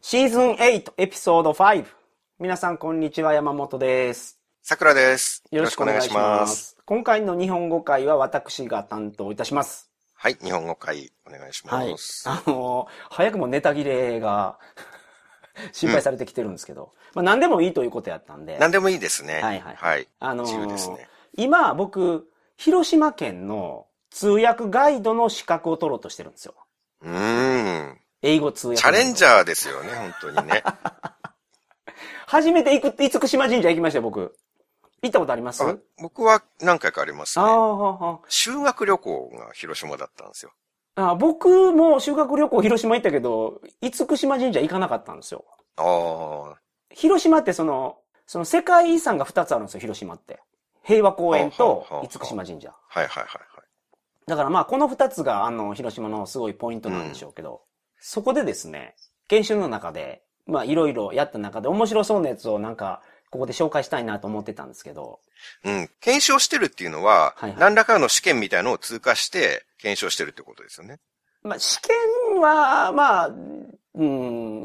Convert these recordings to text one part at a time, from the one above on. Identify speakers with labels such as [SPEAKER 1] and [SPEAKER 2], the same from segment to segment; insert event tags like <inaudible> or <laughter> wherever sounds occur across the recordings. [SPEAKER 1] シーズン8エピソード5。皆さんこんにちは、山本です。
[SPEAKER 2] さくらです。
[SPEAKER 1] よろしくお願いし
[SPEAKER 2] よろくお願
[SPEAKER 1] ま
[SPEAKER 2] いします。
[SPEAKER 1] す。今回の日本語会は私が担当いたします。
[SPEAKER 2] はい、日本語会お願いし
[SPEAKER 1] はい
[SPEAKER 2] ます。。
[SPEAKER 1] あのー早くもネタ切れが <laughs> 心配されてきてるんですけど、まあ何でもいいということやったんで、
[SPEAKER 2] 何でもいいですね。
[SPEAKER 1] はいはい
[SPEAKER 2] はい。
[SPEAKER 1] あのー
[SPEAKER 2] 自由ですね。
[SPEAKER 1] 今僕、広島県の通訳ガイドの資格を取ろうとしてるんですよ。
[SPEAKER 2] うーん。
[SPEAKER 1] 英語通訳。
[SPEAKER 2] チャレンジ
[SPEAKER 1] ー
[SPEAKER 2] ャーですよね、本当
[SPEAKER 1] <laughs>
[SPEAKER 2] にね。
[SPEAKER 1] 初めて行く、厳島神社行きましたよ、僕。行ったことあります
[SPEAKER 2] あ僕は何回かあります
[SPEAKER 1] あ
[SPEAKER 2] ね。
[SPEAKER 1] ーあ
[SPEAKER 2] 修学旅行が広島だったんですよ。
[SPEAKER 1] ーあー、僕も修学旅行広島行ったけど、厳島神社行かなかったんですよ。
[SPEAKER 2] ああ。
[SPEAKER 1] 広島ってその、その世界遺産が2つあるんですよ、広島って。平和公園
[SPEAKER 2] はあはあは
[SPEAKER 1] と
[SPEAKER 2] あ
[SPEAKER 1] 厳島神社。
[SPEAKER 2] はいはいはいはい。
[SPEAKER 1] だからまあ、この2つが、あの、広島のすごいポイントなんでしょうけど、そこでですね、研修の中で、まあ、いろいろやった中で面白そうなやつをなんか、ここで紹介したいなと思ってたんですけど、
[SPEAKER 2] うん。検証してるっていうのは、
[SPEAKER 1] はいはい
[SPEAKER 2] 何らかの試験みたいのを通過して、検証してるってことですよね。
[SPEAKER 1] まあ、試験は、まあ、う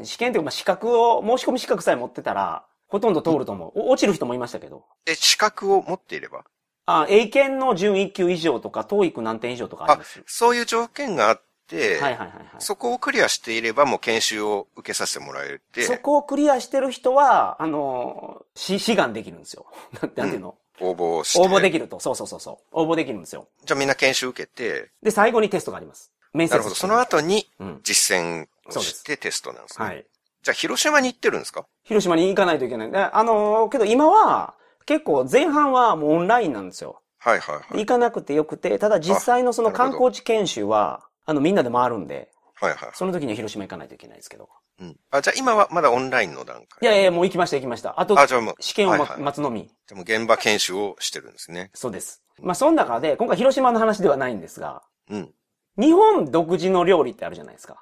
[SPEAKER 1] ん、試験というか、まあ、資格を、申し込み資格さえ持ってたら、ほとんど通ると思う。お落ちる人もいましたけど。
[SPEAKER 2] え、資格を持っていれば
[SPEAKER 1] あ、英検の準1級以上とか、TOEIC 何点以上とかあります。
[SPEAKER 2] そういう条件があって、
[SPEAKER 1] はいはいはいはい。そ
[SPEAKER 2] そこをクリアしていればもう研修を受けさせてもらえて、
[SPEAKER 1] こをクリアしてる人は、あの、し、志願できるんですよ。 <laughs> なんてなんていうの、
[SPEAKER 2] 応募して。
[SPEAKER 1] 応募できると。そうそうそうそう。応募できるんですよ。
[SPEAKER 2] じゃあみんな研修受けて、
[SPEAKER 1] で、最後にテストがあります。面
[SPEAKER 2] な
[SPEAKER 1] 接
[SPEAKER 2] るほど。その後に
[SPEAKER 1] うん。
[SPEAKER 2] 実践をしてテストなんですね。
[SPEAKER 1] はい。
[SPEAKER 2] じゃあ広島に行ってるんですか
[SPEAKER 1] 広島に行かないといけない。であの、けど今は、結構前半はもうオンラインなんですよ。
[SPEAKER 2] はいはいはい。
[SPEAKER 1] 行かなくてよくて、ただ実際のその
[SPEAKER 2] あなる
[SPEAKER 1] 観
[SPEAKER 2] ほど
[SPEAKER 1] 光地研修は、あのみんなで回るんで、
[SPEAKER 2] はいはい。
[SPEAKER 1] その時には広島行かないといけないですけど。
[SPEAKER 2] うん、あじゃあ今はまだオンラインの段階。
[SPEAKER 1] いやいや、もう行きました行きました。あと、
[SPEAKER 2] あ、じゃあもう、
[SPEAKER 1] 試験をま
[SPEAKER 2] はいはい
[SPEAKER 1] 待つのみ。
[SPEAKER 2] でも現場研修をしてるんですね。
[SPEAKER 1] そうです。まあ、その中で、今回広島の話ではないんですが、
[SPEAKER 2] うん。
[SPEAKER 1] 日本独自の料理ってあるじゃないですか。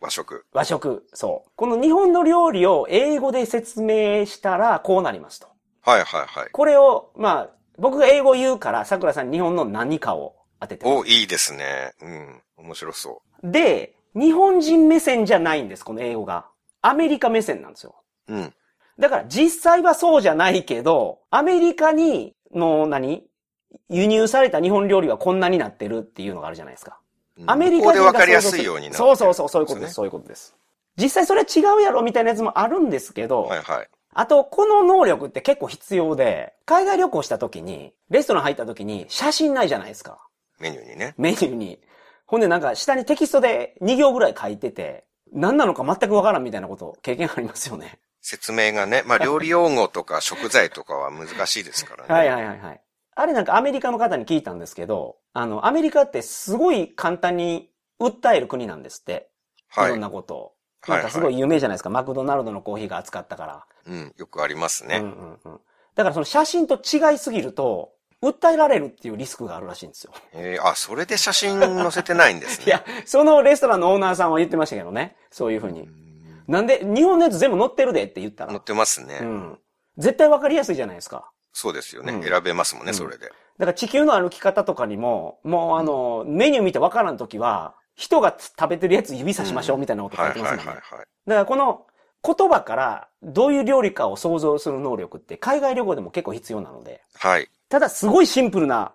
[SPEAKER 2] 和食。
[SPEAKER 1] 和食。そう。この日本の料理を英語で説明したら、こうなりますと。
[SPEAKER 2] はいはいはい。
[SPEAKER 1] これを、まあ、僕が英語言うから、桜さん日本の何かを当てて。
[SPEAKER 2] お、いいですね。うん。面白そ
[SPEAKER 1] で、日本人目線じゃないんです、この英語が。アメリカ目線なんですよ。
[SPEAKER 2] う。うん。
[SPEAKER 1] だから実際はそうじゃないけど、アメリカに、の、何輸入された日本料理はこんなになってるっていうのがあるじゃないですか。
[SPEAKER 2] うん
[SPEAKER 1] アメリカ
[SPEAKER 2] ここで
[SPEAKER 1] 人
[SPEAKER 2] 分
[SPEAKER 1] が
[SPEAKER 2] かりや
[SPEAKER 1] 想像
[SPEAKER 2] す
[SPEAKER 1] る
[SPEAKER 2] いようにな
[SPEAKER 1] そうそうそう、そういうことです、
[SPEAKER 2] そ
[SPEAKER 1] そういうことです。実際それは違うやろみたいなやつもあるんですけど、
[SPEAKER 2] はいはい。
[SPEAKER 1] あと、この能力って結構必要で、海外旅行した時に、レストラン入った時に写真ないじゃないですか。
[SPEAKER 2] メニューにね。
[SPEAKER 1] メニューに。ほんでなんか下にテキストで2行ぐらい書いてて、何なのか全くわからんみたいなこと経験ありますよね。
[SPEAKER 2] 説明
[SPEAKER 1] <laughs>
[SPEAKER 2] がね。まあ料理用語とか食材とかは難しいですからね。
[SPEAKER 1] はいはいはいはい。あれなんかアメリカの方に聞いたんですけど、あの、アメリカってすごい簡単に訴える国なんですって。い。ろん
[SPEAKER 2] はい。
[SPEAKER 1] なことを。
[SPEAKER 2] は
[SPEAKER 1] ないんかすごい有名じゃないですか。マクドナルドのコーヒーが扱ったから。
[SPEAKER 2] うん。よくあります
[SPEAKER 1] うん
[SPEAKER 2] ね。
[SPEAKER 1] うんうん。だからその写真と違いすぎると、訴えられるっていうリスクがあるらしいんですよ。
[SPEAKER 2] えーあ、それで写真載せてないんです
[SPEAKER 1] <laughs>
[SPEAKER 2] ね。
[SPEAKER 1] いや、そのレストランのオーナーさんは言ってましたけどね。そういうふう
[SPEAKER 2] う
[SPEAKER 1] に。
[SPEAKER 2] ん
[SPEAKER 1] なんで、日本のやつ全部載ってるでって言った
[SPEAKER 2] 載っ
[SPEAKER 1] ら。
[SPEAKER 2] てますね。
[SPEAKER 1] うん。絶対わかりやすいじゃないですか。
[SPEAKER 2] そうですよね、
[SPEAKER 1] うん
[SPEAKER 2] 選べますもん
[SPEAKER 1] う
[SPEAKER 2] ね、
[SPEAKER 1] ん
[SPEAKER 2] それで。
[SPEAKER 1] だから地球の歩き方とかにも、もうあの、メニュー見てわからんときは、人が食べてるやつ指さしましょうみたいなこと書
[SPEAKER 2] はいい
[SPEAKER 1] て
[SPEAKER 2] は
[SPEAKER 1] ま
[SPEAKER 2] いは
[SPEAKER 1] す
[SPEAKER 2] い
[SPEAKER 1] もんね。だか
[SPEAKER 2] はい。
[SPEAKER 1] らこの言葉からどういう料理かを想像する能力って海外旅行でも結構必要なので、
[SPEAKER 2] はい。
[SPEAKER 1] ただすごいシンプルな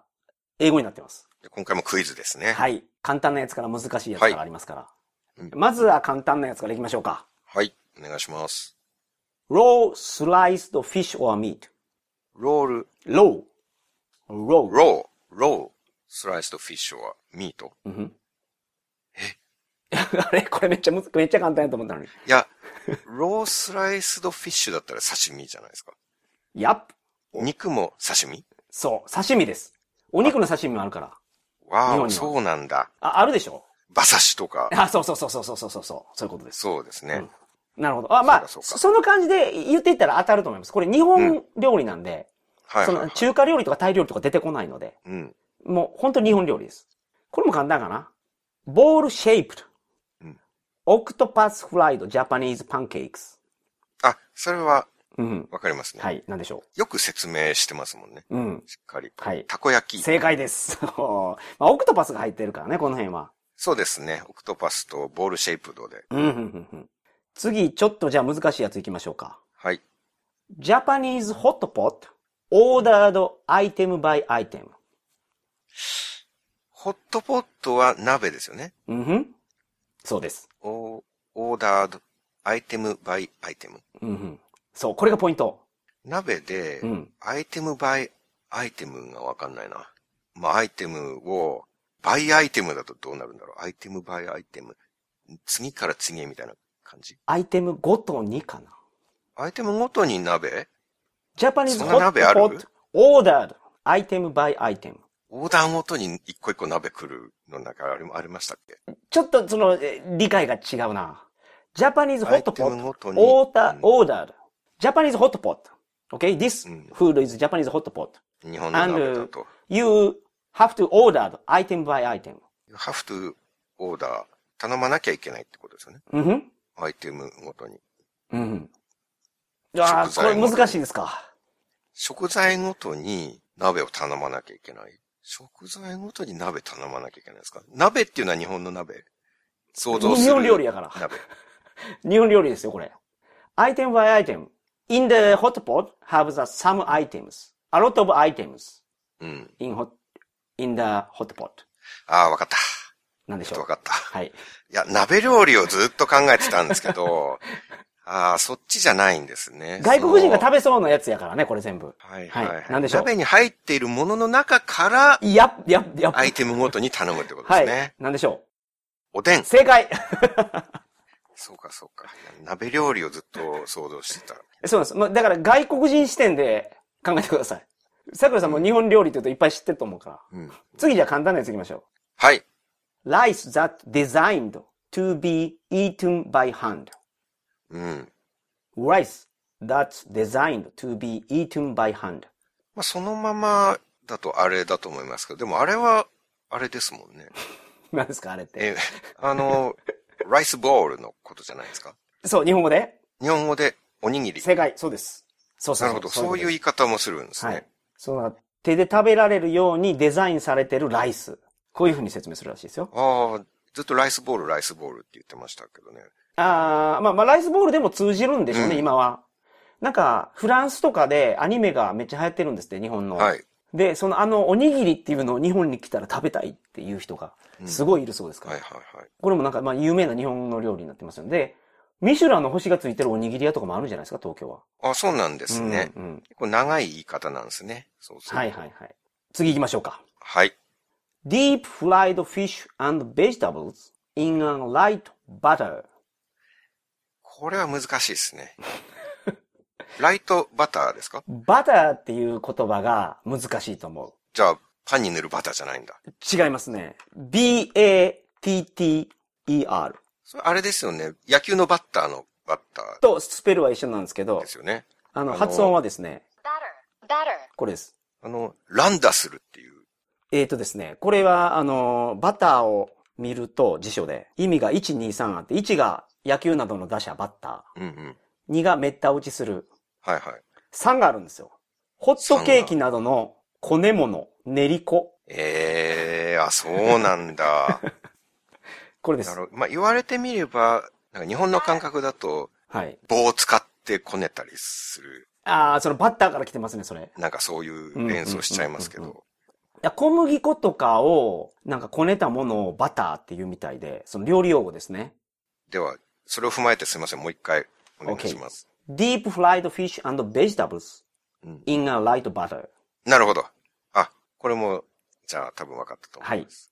[SPEAKER 1] 英語になってます。
[SPEAKER 2] で今回もクイズですね。
[SPEAKER 1] はい。簡単なやつから難しいやつからありますから。
[SPEAKER 2] うん
[SPEAKER 1] まずは簡単なやつからいきましょうか。
[SPEAKER 2] はい。お願いします。
[SPEAKER 1] raw sliced fish or meat.
[SPEAKER 2] ロール、
[SPEAKER 1] raw. raw.
[SPEAKER 2] ロー、ロー、スライスドフィッシュはミート。
[SPEAKER 1] うんふん <laughs> あれこれめっちゃむず、めっちゃ簡単やと思ったのに。
[SPEAKER 2] い
[SPEAKER 1] <laughs>
[SPEAKER 2] や、ロースライスドフィッシュだったら刺身じゃないですか。
[SPEAKER 1] やっ。
[SPEAKER 2] 肉も刺身
[SPEAKER 1] そう、刺身です。お肉の刺身もあるから。日
[SPEAKER 2] わ
[SPEAKER 1] 本
[SPEAKER 2] あ、
[SPEAKER 1] には
[SPEAKER 2] そうなんだ。
[SPEAKER 1] あ、あるでしょ
[SPEAKER 2] 馬刺しとか。
[SPEAKER 1] あ、そうそうそうそうそうそうそう。そういうことです。
[SPEAKER 2] そうですね。
[SPEAKER 1] なるほど。あ、まあ、そ
[SPEAKER 2] そ
[SPEAKER 1] う
[SPEAKER 2] かそうか
[SPEAKER 1] の感じで言っていったら当たると思います。これ日本料理なんで、
[SPEAKER 2] はい
[SPEAKER 1] そ
[SPEAKER 2] はい、
[SPEAKER 1] の
[SPEAKER 2] はい。
[SPEAKER 1] 中華料理とかタイ料理とか出てこないので、
[SPEAKER 2] うん。
[SPEAKER 1] もう本当に日本料理です。これも簡単かな。ボールシェイプ
[SPEAKER 2] うん
[SPEAKER 1] オクトパスフライドジャパニーズパンケーキス。
[SPEAKER 2] あ、それは
[SPEAKER 1] うん。
[SPEAKER 2] わかりますね、
[SPEAKER 1] はい、なんでしょ
[SPEAKER 2] よく説明してますもんね。
[SPEAKER 1] う。うん。
[SPEAKER 2] しっかり。
[SPEAKER 1] はい
[SPEAKER 2] たこ焼き。
[SPEAKER 1] 正解です。 <laughs> そうまあ、オクトパスが入ってるからね、この辺は。
[SPEAKER 2] そうですね。オクトパスとボールシェイプドで。
[SPEAKER 1] うんうんうんうん次、ちょっとじゃあ難しいやついきましょうか。
[SPEAKER 2] はい。
[SPEAKER 1] Japanese hot pot ordered item by item.
[SPEAKER 2] ホットポットは鍋ですよね。
[SPEAKER 1] うんふん。そうです。
[SPEAKER 2] オー、オーダード、アイテムバイアイテム。
[SPEAKER 1] うんふん。そう、これがポイント。
[SPEAKER 2] 鍋で
[SPEAKER 1] う、ん。
[SPEAKER 2] アイテムバイアイテムがわかんないな。まあ、アイテムを、バイアイテムだとどうなるんだろう。アイテムバイアイテム。次から次へみたいな感じ。
[SPEAKER 1] アイテムごとにかな。
[SPEAKER 2] アイテムごとに鍋
[SPEAKER 1] Japanese
[SPEAKER 2] そ
[SPEAKER 1] hot
[SPEAKER 2] んな鍋ある
[SPEAKER 1] pot ordered item by item.
[SPEAKER 2] オーダーごとに一個一個鍋来るのなんかありありましたっけ
[SPEAKER 1] ちょっとその、え理解が違うな。Japanese
[SPEAKER 2] アイ
[SPEAKER 1] hot
[SPEAKER 2] テム
[SPEAKER 1] pot
[SPEAKER 2] ごとに。
[SPEAKER 1] order,
[SPEAKER 2] う
[SPEAKER 1] ordered. Japanese hot pot. Okay, this
[SPEAKER 2] うん
[SPEAKER 1] food is Japanese hot pot.
[SPEAKER 2] ん日本の鍋だと。
[SPEAKER 1] You have to order item by item.
[SPEAKER 2] You have to order. 頼まなきゃいけないってことですよね。
[SPEAKER 1] うんふん。
[SPEAKER 2] アイテムごとに。
[SPEAKER 1] うんふん。ああ、
[SPEAKER 2] 食
[SPEAKER 1] こ
[SPEAKER 2] 材
[SPEAKER 1] れ
[SPEAKER 2] もね
[SPEAKER 1] 難しいですか。
[SPEAKER 2] 食材ごとに鍋を頼まなきゃいけない。食材ごとに鍋頼まなきゃいけないですか鍋っていうのは日本の鍋想像する。
[SPEAKER 1] 日本料理やから
[SPEAKER 2] 鍋。
[SPEAKER 1] 日本料理ですよ、これ。item by item. In the hot pot have the some items. A lot of items
[SPEAKER 2] うん。
[SPEAKER 1] in hot, in the hot pot.
[SPEAKER 2] ああ、わかった。
[SPEAKER 1] なんでし
[SPEAKER 2] ちょ
[SPEAKER 1] ょ
[SPEAKER 2] っと
[SPEAKER 1] う
[SPEAKER 2] わ。かった。
[SPEAKER 1] はい。
[SPEAKER 2] いや、鍋料理をずっと考えてたんですけど、 <laughs> ああ、そっちじゃないんですね。
[SPEAKER 1] 外国人が
[SPEAKER 2] べ
[SPEAKER 1] 食べそうなやつやからね、これ全部。
[SPEAKER 2] はいはい、
[SPEAKER 1] は
[SPEAKER 2] はいい。
[SPEAKER 1] なんでしょう
[SPEAKER 2] 鍋に入っているものの中から、
[SPEAKER 1] いや、や、や、
[SPEAKER 2] アイテムごとに頼むってことで
[SPEAKER 1] は
[SPEAKER 2] す
[SPEAKER 1] い
[SPEAKER 2] ね。。
[SPEAKER 1] なんでしょ
[SPEAKER 2] おでん
[SPEAKER 1] う。。正解 <laughs>
[SPEAKER 2] そうかそうか。いや鍋料理をずっと想像してた。
[SPEAKER 1] そうなんです。まあ、だから外国人視点で考えてください。桜さんも日本料理って言うといっぱい知ってると思うから。
[SPEAKER 2] うん。
[SPEAKER 1] 次じゃあ簡単なやついきましょ
[SPEAKER 2] はい。
[SPEAKER 1] う。rice that designed to be eaten by hand.
[SPEAKER 2] うん。
[SPEAKER 1] rice that's designed to be eaten by hand.
[SPEAKER 2] まあ、そのままだとあれだと思いますけど、でもあれは、あれですもんね。
[SPEAKER 1] 何ですかあれって。
[SPEAKER 2] え、あの、
[SPEAKER 1] <laughs>
[SPEAKER 2] ライスボールのことじゃないですか。
[SPEAKER 1] そう、日本語で
[SPEAKER 2] 日本語でおにぎり。
[SPEAKER 1] 正解。そうです。そうそ
[SPEAKER 2] な
[SPEAKER 1] う
[SPEAKER 2] る
[SPEAKER 1] そ
[SPEAKER 2] ほ
[SPEAKER 1] う。
[SPEAKER 2] ど。そういう
[SPEAKER 1] こと
[SPEAKER 2] 言い方もするんで
[SPEAKER 1] ですすはい
[SPEAKER 2] ね。。
[SPEAKER 1] その手で食べられるようにデザインされてるライス。こういうふうに説明するらしいですよ。
[SPEAKER 2] ああ、ずっとライスボール、ライスボールって言ってましたけどね。
[SPEAKER 1] あーまあ、まあ、ライスボールでも通じるんでしょうね、
[SPEAKER 2] うん
[SPEAKER 1] 今は。なんか、フランスとかでアニメがめっちゃ流行ってるんですって、日本の。
[SPEAKER 2] はい。
[SPEAKER 1] で、そのあの、おにぎりっていうのを日本に来たら食べたいっていう人が、
[SPEAKER 2] うん
[SPEAKER 1] すごいいるそうですから。
[SPEAKER 2] はいはいはい。
[SPEAKER 1] これもなんか、まあ、有名な日本の料理になってますので、ミシュランの星がついてるおにぎり屋とかもあるんじゃないですか、東京は。
[SPEAKER 2] あそうなんですね。
[SPEAKER 1] うん、うん。
[SPEAKER 2] 結構長い言い方なんですね。そうそう。
[SPEAKER 1] はいはいはい。次行きましょうか。
[SPEAKER 2] はい。
[SPEAKER 1] Deep fried fish and vegetables in a light butter.
[SPEAKER 2] これは難しいですね。 <laughs> ライトバターですか
[SPEAKER 1] バターっていう言葉が難しいと思う。
[SPEAKER 2] じゃあ、パンに塗るバターじゃないんだ。
[SPEAKER 1] 違いますね。B-A-T-T-E-R
[SPEAKER 2] それあれですよね。野球のバッターのバッター
[SPEAKER 1] とスペルは一緒なんですけど
[SPEAKER 2] で、すよね。
[SPEAKER 1] あの、
[SPEAKER 2] あの
[SPEAKER 1] 発音はですね、
[SPEAKER 3] Batter, batter,
[SPEAKER 1] これです。
[SPEAKER 2] あの、ランダするっていう。
[SPEAKER 1] えーとですね、これは、あの、バターを見ると辞書で、意味が1、2、3あって、1が野球などの打者、バッタ
[SPEAKER 2] うんうん。
[SPEAKER 1] ー、2がめった打ちする、
[SPEAKER 2] はいはい。
[SPEAKER 1] 3があるんですよ。ホットケーキなどの小根物、練り粉、
[SPEAKER 2] ええー、あ、そうなん
[SPEAKER 1] <laughs>
[SPEAKER 2] だ。
[SPEAKER 1] これで
[SPEAKER 2] な
[SPEAKER 1] す。
[SPEAKER 2] るほど。まあ、言われてみれば、なんか日本の感覚だと、
[SPEAKER 1] はい。
[SPEAKER 2] 棒を使ってこねたりする。
[SPEAKER 1] あー、そのバッターから来てますね、それ。
[SPEAKER 2] なんかそういう連想しちゃいますけ
[SPEAKER 1] うんうん
[SPEAKER 2] ど。
[SPEAKER 1] いや、小麦粉とかを、なんかこねたものをバターっていうみたいで、その料理用語ですね。
[SPEAKER 2] では、それを踏まえてすいません。もう一回お願い
[SPEAKER 1] Okay
[SPEAKER 2] します。
[SPEAKER 1] deep fried fish and vegetables
[SPEAKER 2] うん
[SPEAKER 1] in a light butter.
[SPEAKER 2] なるほど。あ、これも、じゃあ多分分かったと思います。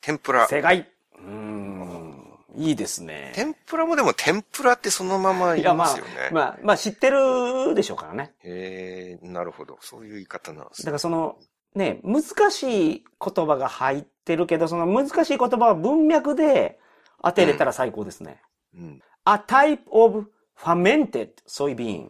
[SPEAKER 2] 天ぷら。
[SPEAKER 1] 正解うーん。いいですね。
[SPEAKER 2] 天ぷらもでも天ぷらってそのまま
[SPEAKER 1] い
[SPEAKER 2] 言い
[SPEAKER 1] や、ま
[SPEAKER 2] ま
[SPEAKER 1] あ
[SPEAKER 2] すよね。、
[SPEAKER 1] まあ、まあ知ってるでしょうからね。
[SPEAKER 2] えー、なるほど。そういう言い方なんです
[SPEAKER 1] だか
[SPEAKER 2] ね。
[SPEAKER 1] らその、ね、難しい言葉が入ってるけど、その難しい言葉は文脈で当てれたら最高ですね。
[SPEAKER 2] うん。
[SPEAKER 1] A type of fermented soybean.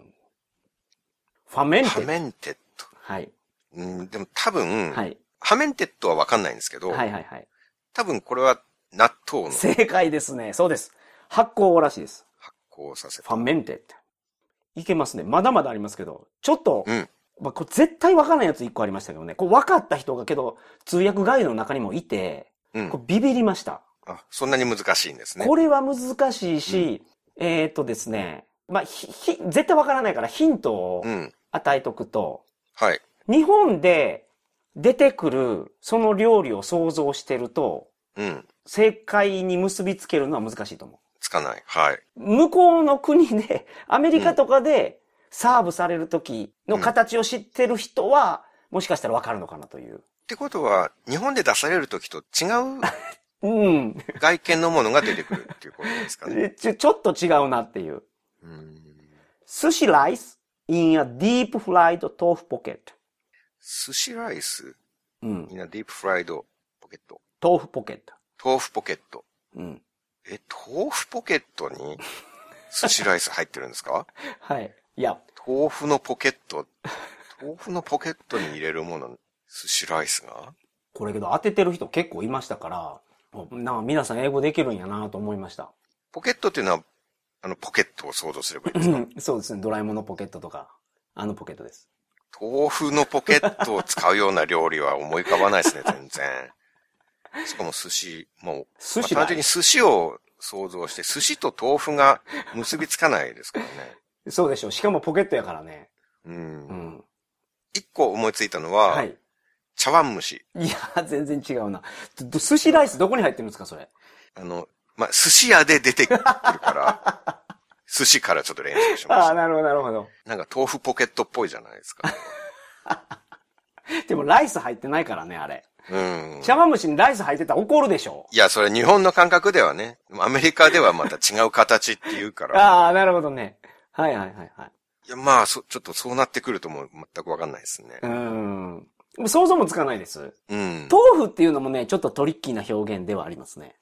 [SPEAKER 2] ハ
[SPEAKER 1] fermented.
[SPEAKER 2] メンテッド。
[SPEAKER 1] はい。
[SPEAKER 2] うん、でも多分、
[SPEAKER 1] はい。
[SPEAKER 2] ハメンテッドはわかんないんですけど、
[SPEAKER 1] はいはいはい。
[SPEAKER 2] 多分これは納豆の発
[SPEAKER 1] 正解ですね。そうです。発酵らしいです。
[SPEAKER 2] 酵させ
[SPEAKER 1] ファ
[SPEAKER 2] た。
[SPEAKER 1] メンテって。いけますね。まだまだありますけど、ちょっと、
[SPEAKER 2] うん。
[SPEAKER 1] まあ、これ絶対わからないやつ一個ありましたけどね。これ分かった人がけど、通訳ガイドの中にもいて、
[SPEAKER 2] うん
[SPEAKER 1] こ。れビビりました。
[SPEAKER 2] あ、そんなに難しいんですね。
[SPEAKER 1] これは難しいし、えーっとですね、まあ、ひ、ひ、絶対わからないからヒントを
[SPEAKER 2] うん。
[SPEAKER 1] 与えとくと、
[SPEAKER 2] はい。
[SPEAKER 1] 日本で出てくるその料理を想像してると、
[SPEAKER 2] うん。
[SPEAKER 1] 正解に結びつけるのは難しいと思う。
[SPEAKER 2] つかない。はい。
[SPEAKER 1] 向こうの国で、アメリカとかでサーブされる時の形を知ってる人は、もしかしたらわかるのかなという。
[SPEAKER 2] ってことは、日本で出されるときと違う
[SPEAKER 1] うん。
[SPEAKER 2] 外見のものが出てくるっていうことですかね。
[SPEAKER 1] ちょ、ちょっと違うなって <laughs> いう。
[SPEAKER 2] うん
[SPEAKER 1] 寿司ライス in a deep fried tofu pocket.
[SPEAKER 2] 寿司ライス、
[SPEAKER 1] うん
[SPEAKER 2] み。んなディープフライドポケット。
[SPEAKER 1] 豆腐ポケット。
[SPEAKER 2] 豆腐ポケット。
[SPEAKER 1] うん。
[SPEAKER 2] え、豆腐ポケットに寿司ライス入ってるんですか
[SPEAKER 1] はい。いや、
[SPEAKER 2] 豆腐のポケット、豆腐のポケットに入れるもの、寿司ライスが
[SPEAKER 1] これけど当ててる人結構いましたから、おなんか皆さん英語できるんやなと思いました。
[SPEAKER 2] ポケットっていうのは、あの、ポケットを想像すればいいんです
[SPEAKER 1] <laughs>
[SPEAKER 2] か
[SPEAKER 1] そうですね。ドラえもんのポケットとか、あのポケットです。
[SPEAKER 2] 豆腐のポケットを使うような料理は思い浮かばな
[SPEAKER 1] <laughs>
[SPEAKER 2] いですね、全然。しかも寿司、もう、
[SPEAKER 1] 寿
[SPEAKER 2] まあ
[SPEAKER 1] 司
[SPEAKER 2] 単
[SPEAKER 1] ラ
[SPEAKER 2] 純に
[SPEAKER 1] イス。
[SPEAKER 2] 寿司を想像して、寿司と豆腐が結びつかないですからね。
[SPEAKER 1] そうでしょ。しかもポケットやからね。
[SPEAKER 2] う。
[SPEAKER 1] うんん。
[SPEAKER 2] 一個思いついたのは、
[SPEAKER 1] はい。
[SPEAKER 2] 茶碗蒸し。
[SPEAKER 1] いや、全然違うな。どど寿司ライスどこに入ってるんですか、それ。
[SPEAKER 2] あの、まあ、寿司屋で出てくるから、
[SPEAKER 1] <laughs>
[SPEAKER 2] 寿司からちょっと連想しま
[SPEAKER 1] あ
[SPEAKER 2] し
[SPEAKER 1] あ、なるほど、なるほど。
[SPEAKER 2] た。なんか豆腐ポケットっぽいじゃないです
[SPEAKER 1] <laughs>
[SPEAKER 2] か。
[SPEAKER 1] でもライス入ってないからね、あれ。
[SPEAKER 2] うん。
[SPEAKER 1] 茶碗蒸しにライス入ってたら怒るでしょ。
[SPEAKER 2] いや、それ日本の感覚ではね、アメリカではまた違う形っていうから、
[SPEAKER 1] ああ、なるほどね。はいはいはいはい。
[SPEAKER 2] いやまあそ、ちょっとそうなってくるともう全くわかんないですね
[SPEAKER 1] う。ーん。想像もつかないです。
[SPEAKER 2] うん。
[SPEAKER 1] 豆腐っていうのもね、ちょっとトリッキーな表現ではありますね。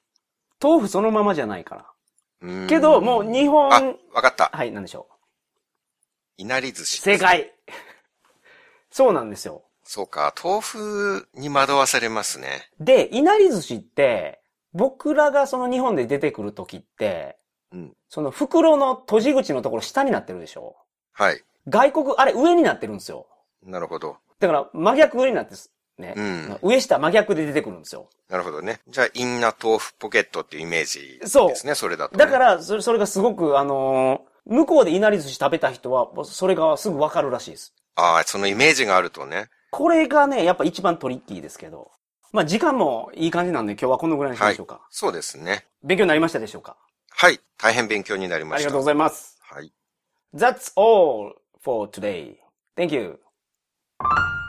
[SPEAKER 1] 豆腐そのままじゃないから。
[SPEAKER 2] うん
[SPEAKER 1] けど、もう日
[SPEAKER 2] あ
[SPEAKER 1] 本、、
[SPEAKER 2] わかった。
[SPEAKER 1] はい、なんでしょ
[SPEAKER 2] いなり寿司。
[SPEAKER 1] う。正。解。そうなんですよ。
[SPEAKER 2] そうか、豆腐に惑わされますね。
[SPEAKER 1] で、いなり寿司って、僕らがその日本で出てくるときって、
[SPEAKER 2] うん
[SPEAKER 1] その袋の閉じ口のところ下になってるでしょ
[SPEAKER 2] はい。
[SPEAKER 1] 外国、あれ上になってるんですよ。
[SPEAKER 2] なるほど。
[SPEAKER 1] だから真逆上になってす、ね。
[SPEAKER 2] うん。
[SPEAKER 1] 上下真逆で出てくるんですよ。
[SPEAKER 2] なるほどね。じゃあ、インナ豆腐ポケットっていうイメージ
[SPEAKER 1] そう
[SPEAKER 2] ですね、それだと、ね。
[SPEAKER 1] だから、それ、それがすごく、あのー向こうでいなり寿司食べた人は、それがすぐわかるらしいです。
[SPEAKER 2] ああ、そのイメージがあるとね。
[SPEAKER 1] これがね、やっぱ一番トリッキーですけど。まあ、時間もいい感じなんで、今日はこのぐらいにしましょうか。
[SPEAKER 2] そうですね。
[SPEAKER 1] 勉強になりましたでしょうか
[SPEAKER 2] はい。大変勉強になりま
[SPEAKER 1] あ
[SPEAKER 2] し
[SPEAKER 1] り
[SPEAKER 2] た。
[SPEAKER 1] がとうございます。
[SPEAKER 2] はい。
[SPEAKER 1] That's all for today. Thank you.